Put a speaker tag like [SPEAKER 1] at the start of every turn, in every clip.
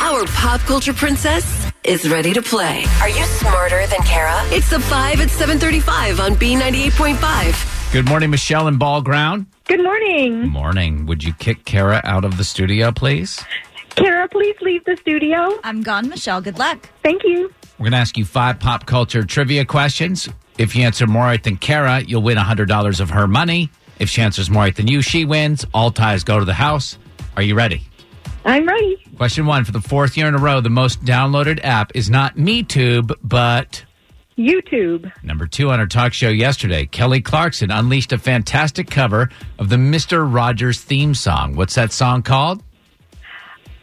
[SPEAKER 1] Our pop culture princess is ready to play.
[SPEAKER 2] Are you smarter than Kara?
[SPEAKER 1] It's the 5 at 735 on B98.5.
[SPEAKER 3] Good morning, Michelle and Ball Ground.
[SPEAKER 4] Good morning.
[SPEAKER 3] Morning. Would you kick Kara out of the studio, please?
[SPEAKER 4] Kara, please leave the studio.
[SPEAKER 5] I'm gone, Michelle. Good luck.
[SPEAKER 4] Thank you.
[SPEAKER 3] We're going to ask you five pop culture trivia questions. If you answer more right than Kara, you'll win $100 of her money. If she answers more right than you, she wins. All ties go to the house. Are you ready?
[SPEAKER 4] I'm ready.
[SPEAKER 3] Question one For the fourth year in a row, the most downloaded app is not MeTube, but
[SPEAKER 4] YouTube.
[SPEAKER 3] Number two on our talk show yesterday, Kelly Clarkson unleashed a fantastic cover of the Mr. Rogers theme song. What's that song called?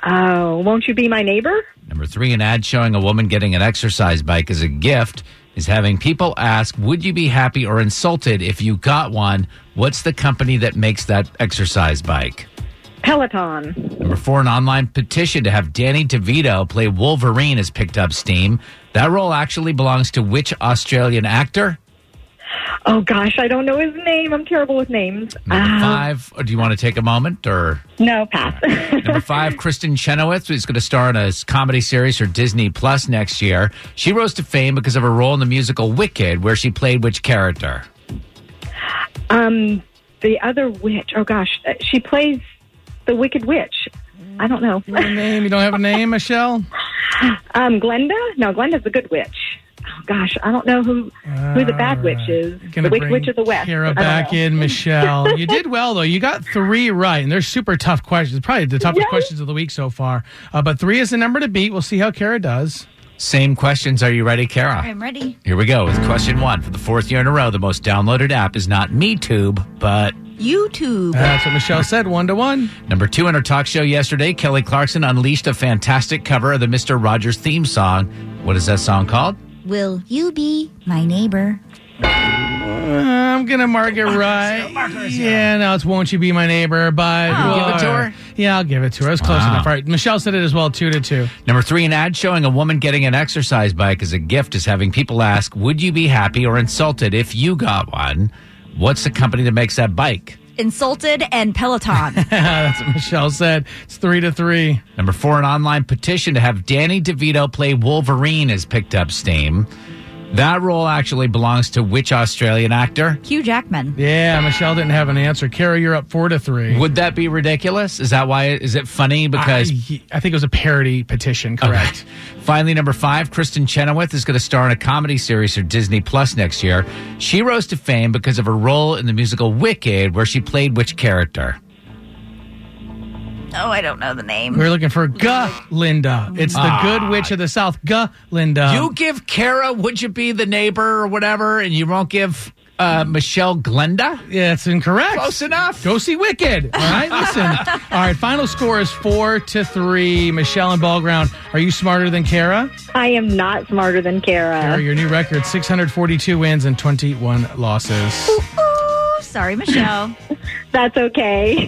[SPEAKER 4] Oh, won't you be my neighbor?
[SPEAKER 3] Number three, an ad showing a woman getting an exercise bike as a gift is having people ask, Would you be happy or insulted if you got one? What's the company that makes that exercise bike?
[SPEAKER 4] Peloton.
[SPEAKER 3] Number four, an online petition to have Danny DeVito play Wolverine has picked up steam. That role actually belongs to which Australian actor?
[SPEAKER 4] Oh gosh, I don't know his name. I'm terrible with names.
[SPEAKER 3] Number
[SPEAKER 4] Ah,
[SPEAKER 3] five, or do you want to take a moment or?
[SPEAKER 4] no, pass.
[SPEAKER 3] Number five, Kristen Chenoweth is going to star in a comedy series for Disney Plus next year. She rose to fame because of her role in the musical Wicked, where she played which character?
[SPEAKER 4] um, the other witch. Oh gosh, Uh, she plays the Wicked Witch. I don't know.
[SPEAKER 6] name? You don't have a name, Michelle?
[SPEAKER 4] Um, Glenda? No, Glenda's the good witch. Oh gosh, I don't know who who the bad witch is. The Wicked Witch of the West. I
[SPEAKER 6] Uh, Kara
[SPEAKER 4] don't
[SPEAKER 6] back
[SPEAKER 4] know.
[SPEAKER 6] in, Michelle. You did well though. You got three right, and they're super tough questions. Probably the toughest
[SPEAKER 4] Yes.
[SPEAKER 6] questions of the week so far. Uh, but three is the number to beat. We'll see how Kara does.
[SPEAKER 3] Same questions. Are you ready, Kara?
[SPEAKER 5] I'm ready.
[SPEAKER 3] Here we go with question one. For the fourth year in a row, the most downloaded app is not MeTube, but
[SPEAKER 5] YouTube.
[SPEAKER 6] That's what Michelle said. One to one.
[SPEAKER 3] number two in our talk show yesterday, Kelly Clarkson unleashed a fantastic cover of the Mr. Rogers theme song. What is that song called?
[SPEAKER 5] Will you be my neighbor?
[SPEAKER 6] Uh, I'm gonna mark it right. yeah, no, it's won't you be my neighbor? But
[SPEAKER 3] You'll Oh, give it to her?
[SPEAKER 6] Yeah, I'll give it to her. It was close
[SPEAKER 3] Wow.
[SPEAKER 6] enough. All right, Michelle said it as well. Two to two.
[SPEAKER 3] Number three, an ad showing a woman getting an exercise bike as a gift is having people ask, Would you be happy or insulted if you got one? What's the company that makes that bike?
[SPEAKER 5] Insulted and Peloton.
[SPEAKER 6] That's what Michelle said. It's three to three.
[SPEAKER 3] Number four, an online petition to have Danny DeVito play Wolverine has picked up steam. That role actually belongs to which Australian actor?
[SPEAKER 5] Hugh Jackman.
[SPEAKER 6] Yeah, Michelle didn't have an answer. Kara, you're up four to three.
[SPEAKER 3] Would that be ridiculous? Is that why? Is it funny? Because
[SPEAKER 6] I, I think it was a parody petition, correct?
[SPEAKER 3] Finally, number five, Kristen Chenoweth is going to star in a comedy series for Disney Plus next year. She rose to fame because of her role in the musical Wicked, where she played which character?
[SPEAKER 5] Oh, I don't know the name.
[SPEAKER 6] We're looking for Linda. It's the good witch of the south, Linda.
[SPEAKER 3] Ah. you give Kara, would you be the neighbor or whatever, and you won't give uh, Michelle Glenda?
[SPEAKER 6] yeah, it's incorrect.
[SPEAKER 3] Close enough.
[SPEAKER 6] Go see Wicked. All right, listen. All right, final score is four to three. Michelle and Ballground, are you smarter than Kara?
[SPEAKER 4] I am not smarter than
[SPEAKER 6] Kara,
[SPEAKER 4] Kara.
[SPEAKER 6] your new record: six hundred forty-two wins and twenty-one losses.
[SPEAKER 5] Ooh, sorry, Michelle.
[SPEAKER 4] That's okay.